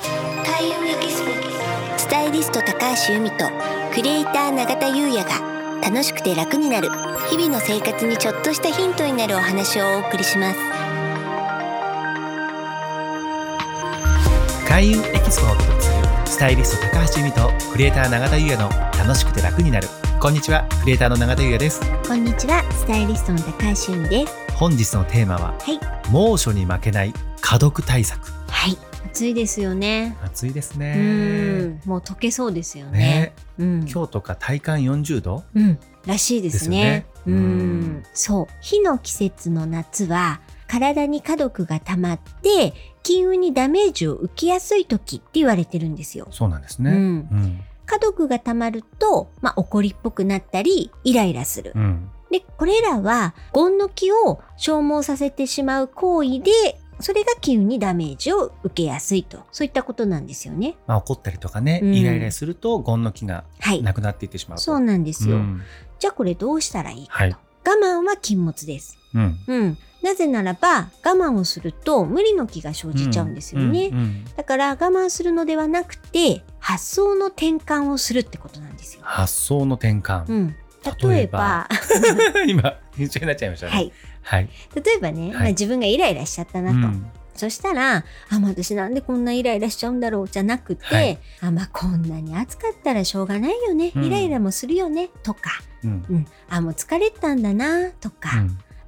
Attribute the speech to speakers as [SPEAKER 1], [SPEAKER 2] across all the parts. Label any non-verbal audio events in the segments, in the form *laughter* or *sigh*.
[SPEAKER 1] 田優也キススタイリスト高橋由美とクリエイター永田優也が楽しくて楽になる日々の生活にちょっとしたヒントになるお話をお送りします
[SPEAKER 2] 開運エキスポをお届けするスタイリスト高橋由美とクリエイター永田優也の楽しくて楽になるこんにちはクリエイターの永田優也です
[SPEAKER 1] こんにちはスタイリストの高橋由美です
[SPEAKER 2] 本日のテーマは、
[SPEAKER 1] はい
[SPEAKER 2] 猛暑に負けない過毒対策
[SPEAKER 1] はい暑いですよね
[SPEAKER 2] 暑いです
[SPEAKER 1] う
[SPEAKER 2] ね
[SPEAKER 1] んもう溶けそうですよね
[SPEAKER 2] ね
[SPEAKER 1] うん
[SPEAKER 2] 今日とか体感40度
[SPEAKER 1] うん、らしいですね。
[SPEAKER 2] ですよね
[SPEAKER 1] う
[SPEAKER 2] うん
[SPEAKER 1] ん、そう。火の季節の夏は、体に火毒が溜まって、金運にダメージを受けやすい時って言われてるんですよ。
[SPEAKER 2] そうなんです
[SPEAKER 1] う
[SPEAKER 2] ね
[SPEAKER 1] ん、
[SPEAKER 2] うん
[SPEAKER 1] 火毒が溜まると、まあ、怒りっぽくなったり、イライラする
[SPEAKER 2] う。ん
[SPEAKER 1] で、これらは、ゴンの気を消耗させてしまう行為で、それが金運にダメージを受けやすいと。そういったことなんですよね。
[SPEAKER 2] まあ怒ったりとかね、
[SPEAKER 1] うん
[SPEAKER 2] イライラするとゴンの木が
[SPEAKER 1] はい。
[SPEAKER 2] なくなっていってしまうと
[SPEAKER 1] そうなんですよ。
[SPEAKER 2] うん
[SPEAKER 1] じゃあこれどうしたらいいかと。
[SPEAKER 2] はい
[SPEAKER 1] 我慢は禁物です。
[SPEAKER 2] うん
[SPEAKER 1] うん。なぜならば、我慢をすると無理の気が生じちゃうんですよね。
[SPEAKER 2] うんうん
[SPEAKER 1] だから我慢するのではなくて、発想の転換をするってことなんですよ。
[SPEAKER 2] 発想の転換、
[SPEAKER 1] うん。
[SPEAKER 2] 例
[SPEAKER 1] 例
[SPEAKER 2] え
[SPEAKER 1] え
[SPEAKER 2] ば
[SPEAKER 1] ば、
[SPEAKER 2] *laughs* 今一緒になっちゃいましたね
[SPEAKER 1] はい。
[SPEAKER 2] はい、
[SPEAKER 1] 例えばね、
[SPEAKER 2] はい
[SPEAKER 1] まあ、自分がイライラしちゃったな
[SPEAKER 2] う
[SPEAKER 1] と。
[SPEAKER 2] ん
[SPEAKER 1] そしたら、あ、まあ、私なんでこんなイライラしちゃうんだろうじゃなくて、
[SPEAKER 2] はい
[SPEAKER 1] あ、まあ、こんなに暑かったらしょうがないよね。
[SPEAKER 2] うん
[SPEAKER 1] イライラもするよね。とか、
[SPEAKER 2] うん
[SPEAKER 1] うん。あ、もう疲れてたんだな。とか、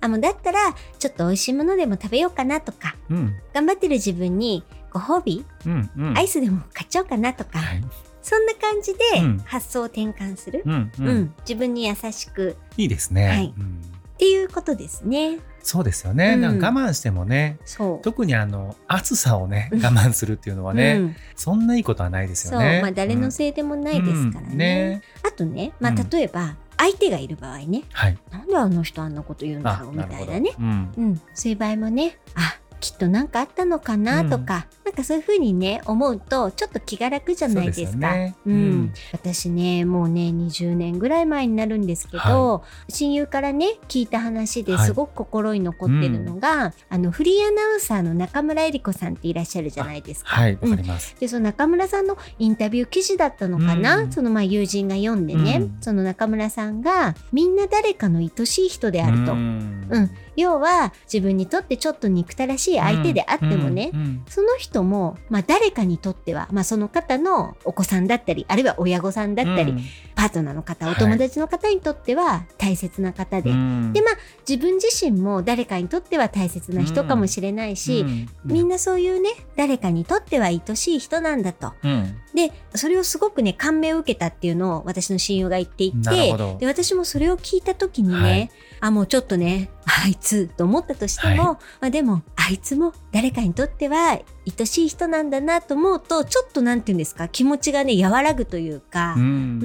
[SPEAKER 1] あ、もうだったら、ちょっと美味しいものでも食べようかな。とか、
[SPEAKER 2] うんうん
[SPEAKER 1] 頑張ってる自分にご褒美
[SPEAKER 2] うんうん
[SPEAKER 1] アイスでも買っちゃおうかなとか、
[SPEAKER 2] はい
[SPEAKER 1] そんな感じで
[SPEAKER 2] うん
[SPEAKER 1] 発想を転換する、
[SPEAKER 2] うんう
[SPEAKER 1] うんん自分に優しく
[SPEAKER 2] いいですね、
[SPEAKER 1] はい
[SPEAKER 2] うん
[SPEAKER 1] っていうことですね。
[SPEAKER 2] そうですよね、
[SPEAKER 1] うん
[SPEAKER 2] なんか我慢してもね
[SPEAKER 1] そう。
[SPEAKER 2] 特にあの暑さをね
[SPEAKER 1] うん
[SPEAKER 2] 我慢するっていうのはね、
[SPEAKER 1] うん
[SPEAKER 2] そんないいことはないです
[SPEAKER 1] そう
[SPEAKER 2] よね。
[SPEAKER 1] まあ誰のせいでもないですからね。
[SPEAKER 2] うんね
[SPEAKER 1] あとね、まあ、
[SPEAKER 2] うん
[SPEAKER 1] 例えば相手がいる場合ね、
[SPEAKER 2] はい。
[SPEAKER 1] なんであの人あんなこと言うんだろうみたいなね。
[SPEAKER 2] うん。
[SPEAKER 1] うん、そういう場合もねあきっと何かあったのかなとか、なんかそういうふうにね思うとちょっと気が楽じゃないです
[SPEAKER 2] そう
[SPEAKER 1] か。
[SPEAKER 2] ね
[SPEAKER 1] うん私ねもうね20年ぐらい前になるんですけど、親友からね聞いた話で
[SPEAKER 2] はい
[SPEAKER 1] すごく心に残ってるのが、あのフリーアナウンサーの中村江里子さんっていらっしゃるじゃないですか。
[SPEAKER 2] はい、わかります。
[SPEAKER 1] でその中村さんのインタビュー記事だったのかな、
[SPEAKER 2] うん
[SPEAKER 1] そのまあ友人が読んでね、
[SPEAKER 2] うん
[SPEAKER 1] その中村さんがみんな誰かの愛しい人であると、
[SPEAKER 2] うん
[SPEAKER 1] うん要は自分にとってちょっと憎たらしい相手であってもね、
[SPEAKER 2] うんうん
[SPEAKER 1] その人も、まあ、誰かにとっては、まあ、その方のお子さんだったりあるいは親御さんだったり、パートナーの方
[SPEAKER 2] はい
[SPEAKER 1] お友達の方にとっては大切な方で、
[SPEAKER 2] うん
[SPEAKER 1] で自分自身も誰かにとっては大切な人かもしれないし、みんなそういうね誰かにとっては愛しい人なんだと。
[SPEAKER 2] うん
[SPEAKER 1] でそれをすごくね感銘を受けたっていうのを私の親友が言ってい
[SPEAKER 2] なる
[SPEAKER 1] て
[SPEAKER 2] ほど
[SPEAKER 1] で私もそれを聞いた時にね、
[SPEAKER 2] はい
[SPEAKER 1] あもうちょっとねあいつと思ったとしても、
[SPEAKER 2] はい
[SPEAKER 1] まあ、でもあいつも誰かにとっては愛しい人なんだなと思うとちょっとなんて言うんですか気持ちがね和らぐというか
[SPEAKER 2] う、
[SPEAKER 1] うん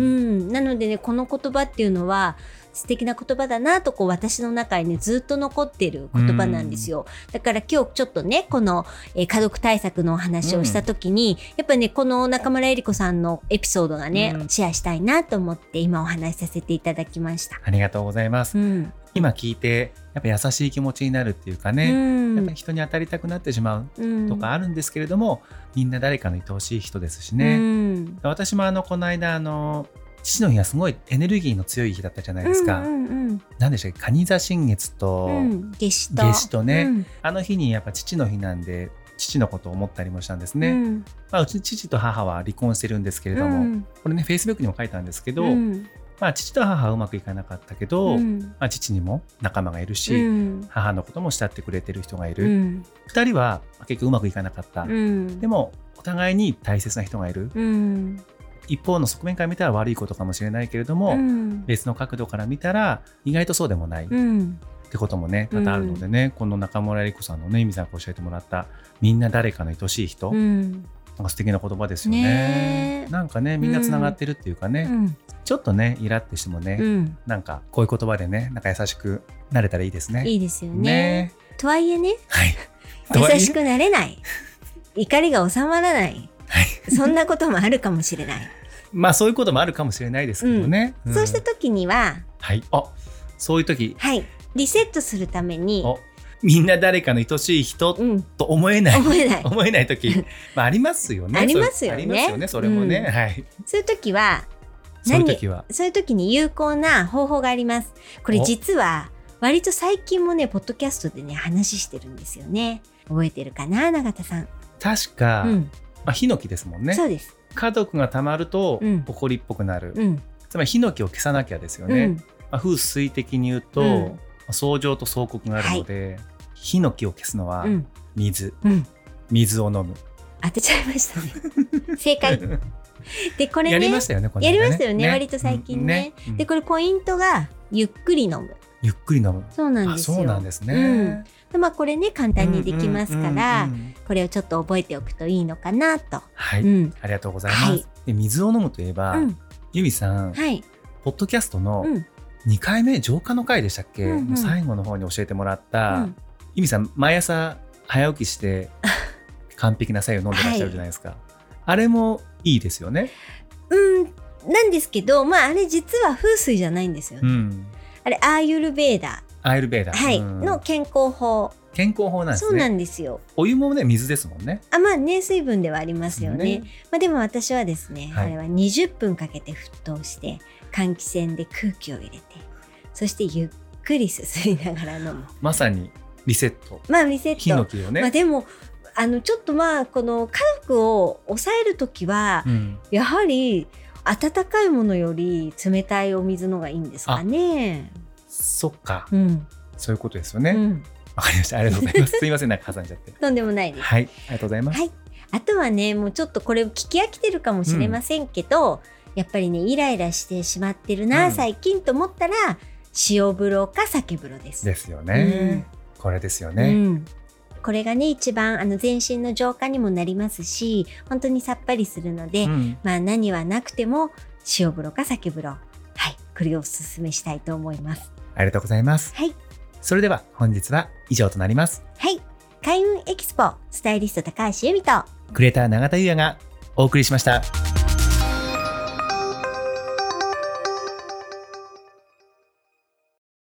[SPEAKER 1] ん、なのでねこの言葉っていうのは素敵な言葉だなとこう私の中にねずっと残っている言葉なんですよ、だから今日ちょっとねこの、えー家族対策のお話をした時に、やっぱねこの中村江里子さんのエピソードがね、
[SPEAKER 2] うん
[SPEAKER 1] シェアしたいなと思って今お話しさせていただきました。
[SPEAKER 2] ありがとうございます。
[SPEAKER 1] うん
[SPEAKER 2] 今聞いてやっぱ優しい気持ちになるっていうか
[SPEAKER 1] う
[SPEAKER 2] ね、
[SPEAKER 1] ん
[SPEAKER 2] やっぱり人に当たりたくなってしま
[SPEAKER 1] うん
[SPEAKER 2] うとかあるんですけれども、みんな誰かの愛おしい人ですし
[SPEAKER 1] う
[SPEAKER 2] ね。
[SPEAKER 1] ん
[SPEAKER 2] 私もあのこの間あの父の日はすごいエネルギーの強い日だったじゃないですか。
[SPEAKER 1] う
[SPEAKER 2] なん、
[SPEAKER 1] んうん
[SPEAKER 2] 何でしたっけ蟹座新月と、
[SPEAKER 1] うんうん夏至と
[SPEAKER 2] 夏至とね
[SPEAKER 1] うん
[SPEAKER 2] あの日にやっぱ父の日なんで父のことを思ったりもしたんですね。
[SPEAKER 1] うん
[SPEAKER 2] まあ、うち父と母は離婚してるんですけれども、
[SPEAKER 1] うん
[SPEAKER 2] これね Facebook にも書いたんですけど、
[SPEAKER 1] うん
[SPEAKER 2] まあ、父と母はうまくいかなかったけど、
[SPEAKER 1] うん
[SPEAKER 2] まあ、父にも仲間がいるし、
[SPEAKER 1] うん
[SPEAKER 2] 母のことも慕ってくれてる人がいうる、
[SPEAKER 1] ん
[SPEAKER 2] 二人はまあ結局うまくいかなかった、
[SPEAKER 1] うん
[SPEAKER 2] でもお互いに大切な人がいる
[SPEAKER 1] うん
[SPEAKER 2] 一方の側面から見たら悪いことかもしれないけれども、
[SPEAKER 1] うん
[SPEAKER 2] 別の角度から見たら意外とそうでもないっ
[SPEAKER 1] うん
[SPEAKER 2] てこともね多々あるのでね、この中村理子さんのね由美さんが教えてもらった「みんな誰かの愛しい人」
[SPEAKER 1] うん
[SPEAKER 2] なんか素敵な言葉ですよね
[SPEAKER 1] ね。え
[SPEAKER 2] なんかねみんなつながってるっていうかね、
[SPEAKER 1] うん
[SPEAKER 2] ちょっとねイラってしてもね、
[SPEAKER 1] うん
[SPEAKER 2] なんかこういう言葉でねなんか優しくなれたらいいですね。
[SPEAKER 1] いいですよね
[SPEAKER 2] ね
[SPEAKER 1] とはいえね
[SPEAKER 2] はい。とはいえ
[SPEAKER 1] 優しくなれない怒りが収まらない、
[SPEAKER 2] は
[SPEAKER 1] そんなこともあるかもしれない、
[SPEAKER 2] まあそういうこともあるかもしれないですけどね。ん
[SPEAKER 1] そうした時には
[SPEAKER 2] はい。あそういう時
[SPEAKER 1] はいリセットするために
[SPEAKER 2] おみんな誰かの愛しい人
[SPEAKER 1] うん、
[SPEAKER 2] と思えない
[SPEAKER 1] 思え
[SPEAKER 2] *laughs*
[SPEAKER 1] ない。
[SPEAKER 2] 思えな
[SPEAKER 1] *laughs*
[SPEAKER 2] い時、まあ、ありますよね。
[SPEAKER 1] ありますよね
[SPEAKER 2] そうありますよね。それもね、
[SPEAKER 1] うん
[SPEAKER 2] はい。
[SPEAKER 1] そういう時は、
[SPEAKER 2] そういう時は。
[SPEAKER 1] そういう時に有効な方法があります。これ
[SPEAKER 2] お
[SPEAKER 1] 実は、割と最近もね、ポッドキャストでね、話してるんですよね。覚えてるかな、永田さん。
[SPEAKER 2] 確か、
[SPEAKER 1] うん、
[SPEAKER 2] まあ、ヒノキですもんね
[SPEAKER 1] そ。うです。
[SPEAKER 2] 家族がたまると
[SPEAKER 1] うん、
[SPEAKER 2] ほこりっぽくなる。
[SPEAKER 1] うん、
[SPEAKER 2] つまり、ヒノキを消さなきゃですよ
[SPEAKER 1] う
[SPEAKER 2] ね。
[SPEAKER 1] ん、
[SPEAKER 2] まあ、風水的に言うと、
[SPEAKER 1] うん
[SPEAKER 2] まあ相乗と相国があるので、ヒノキを消すのは
[SPEAKER 1] うん、
[SPEAKER 2] 水、
[SPEAKER 1] うん。
[SPEAKER 2] 水を飲む。
[SPEAKER 1] 当てちゃいましたね。
[SPEAKER 2] *laughs*
[SPEAKER 1] 正解。で、これ
[SPEAKER 2] やり
[SPEAKER 1] ね
[SPEAKER 2] まし、たよね、こ
[SPEAKER 1] や
[SPEAKER 2] 間
[SPEAKER 1] りましたよね割と最近ね。
[SPEAKER 2] うんうん
[SPEAKER 1] で、これポイントが、ゆっくり飲む。
[SPEAKER 2] うんゆっくり飲む。
[SPEAKER 1] そうなん
[SPEAKER 2] あ、
[SPEAKER 1] ですよ。
[SPEAKER 2] そうなんですね。
[SPEAKER 1] うんでまあ、これね、簡単にできますから、
[SPEAKER 2] うんうんうんうん
[SPEAKER 1] これをちょっと覚えておくといいのかなと。
[SPEAKER 2] はい、
[SPEAKER 1] うん。
[SPEAKER 2] ありがとうございます。
[SPEAKER 1] はい
[SPEAKER 2] で水を飲むといえば、
[SPEAKER 1] うん。
[SPEAKER 2] ゆみさん、
[SPEAKER 1] はい。
[SPEAKER 2] ポッドキャストの
[SPEAKER 1] うん。
[SPEAKER 2] 2回目浄化の回でしたっけ、
[SPEAKER 1] うんうん
[SPEAKER 2] の最後の方に教えてもらった、
[SPEAKER 1] うん
[SPEAKER 2] ゆみさん毎朝早起きして
[SPEAKER 1] *laughs*
[SPEAKER 2] 完璧な白湯を飲んでらっしゃるじゃないですか、あれもいいですよね。
[SPEAKER 1] うん。なんですけど、まあ、あれ実は風水じゃないんですよ。
[SPEAKER 2] うん、
[SPEAKER 1] あれ、アーユルベーダ
[SPEAKER 2] アイルベーダ
[SPEAKER 1] ー、
[SPEAKER 2] ー、
[SPEAKER 1] はい、
[SPEAKER 2] うん
[SPEAKER 1] の健康法。
[SPEAKER 2] 健康法なんで
[SPEAKER 1] そ
[SPEAKER 2] す
[SPEAKER 1] うな
[SPEAKER 2] ね。
[SPEAKER 1] んですよ。
[SPEAKER 2] お湯もね水ですもんね。
[SPEAKER 1] あ、まあね、水分ではありますよね。
[SPEAKER 2] ね
[SPEAKER 1] まあ、でも私はですね、
[SPEAKER 2] はい
[SPEAKER 1] あれは20分かけて沸騰して、換気扇で空気を入れて、そしてゆっくりすすりながら飲
[SPEAKER 2] *laughs*
[SPEAKER 1] む。
[SPEAKER 2] まさにリセット。
[SPEAKER 1] まあ、リセッ
[SPEAKER 2] ヒノ
[SPEAKER 1] ト。
[SPEAKER 2] キをね。
[SPEAKER 1] まあ、でも、あの、ちょっとまあ、この家族を抑えるときは、
[SPEAKER 2] うん
[SPEAKER 1] やはり温かいものより冷たいお水のがいいんですかね。
[SPEAKER 2] そっか、
[SPEAKER 1] うん、
[SPEAKER 2] そういうことですよね。
[SPEAKER 1] う
[SPEAKER 2] わ、
[SPEAKER 1] ん、
[SPEAKER 2] かりました。ありがとうございます。すいません、なんか挟んじゃって。
[SPEAKER 1] とんでもないです。
[SPEAKER 2] はい、ありがとうございます。
[SPEAKER 1] はいあとはね、もうちょっとこれ聞き飽きてるかもしれませんけど、やっぱりね、イライラしてしまってるな、
[SPEAKER 2] うん
[SPEAKER 1] 最近と思ったら、塩風呂か酒風呂です。
[SPEAKER 2] ですよね、これですよ
[SPEAKER 1] う
[SPEAKER 2] ね、
[SPEAKER 1] んこれがね、一番あの全身の浄化にもなりますし、本当にさっぱりするので、
[SPEAKER 2] うん
[SPEAKER 1] まあ何はなくても塩風呂か酒風呂。はい、これをおすすめしたいと思います。
[SPEAKER 2] ありがとうございます
[SPEAKER 1] はい。
[SPEAKER 2] それでは本日は以上となります
[SPEAKER 1] はい。開運エキスポ、スタイリスト高橋由美と、
[SPEAKER 2] クレーター永田優也がお送りしました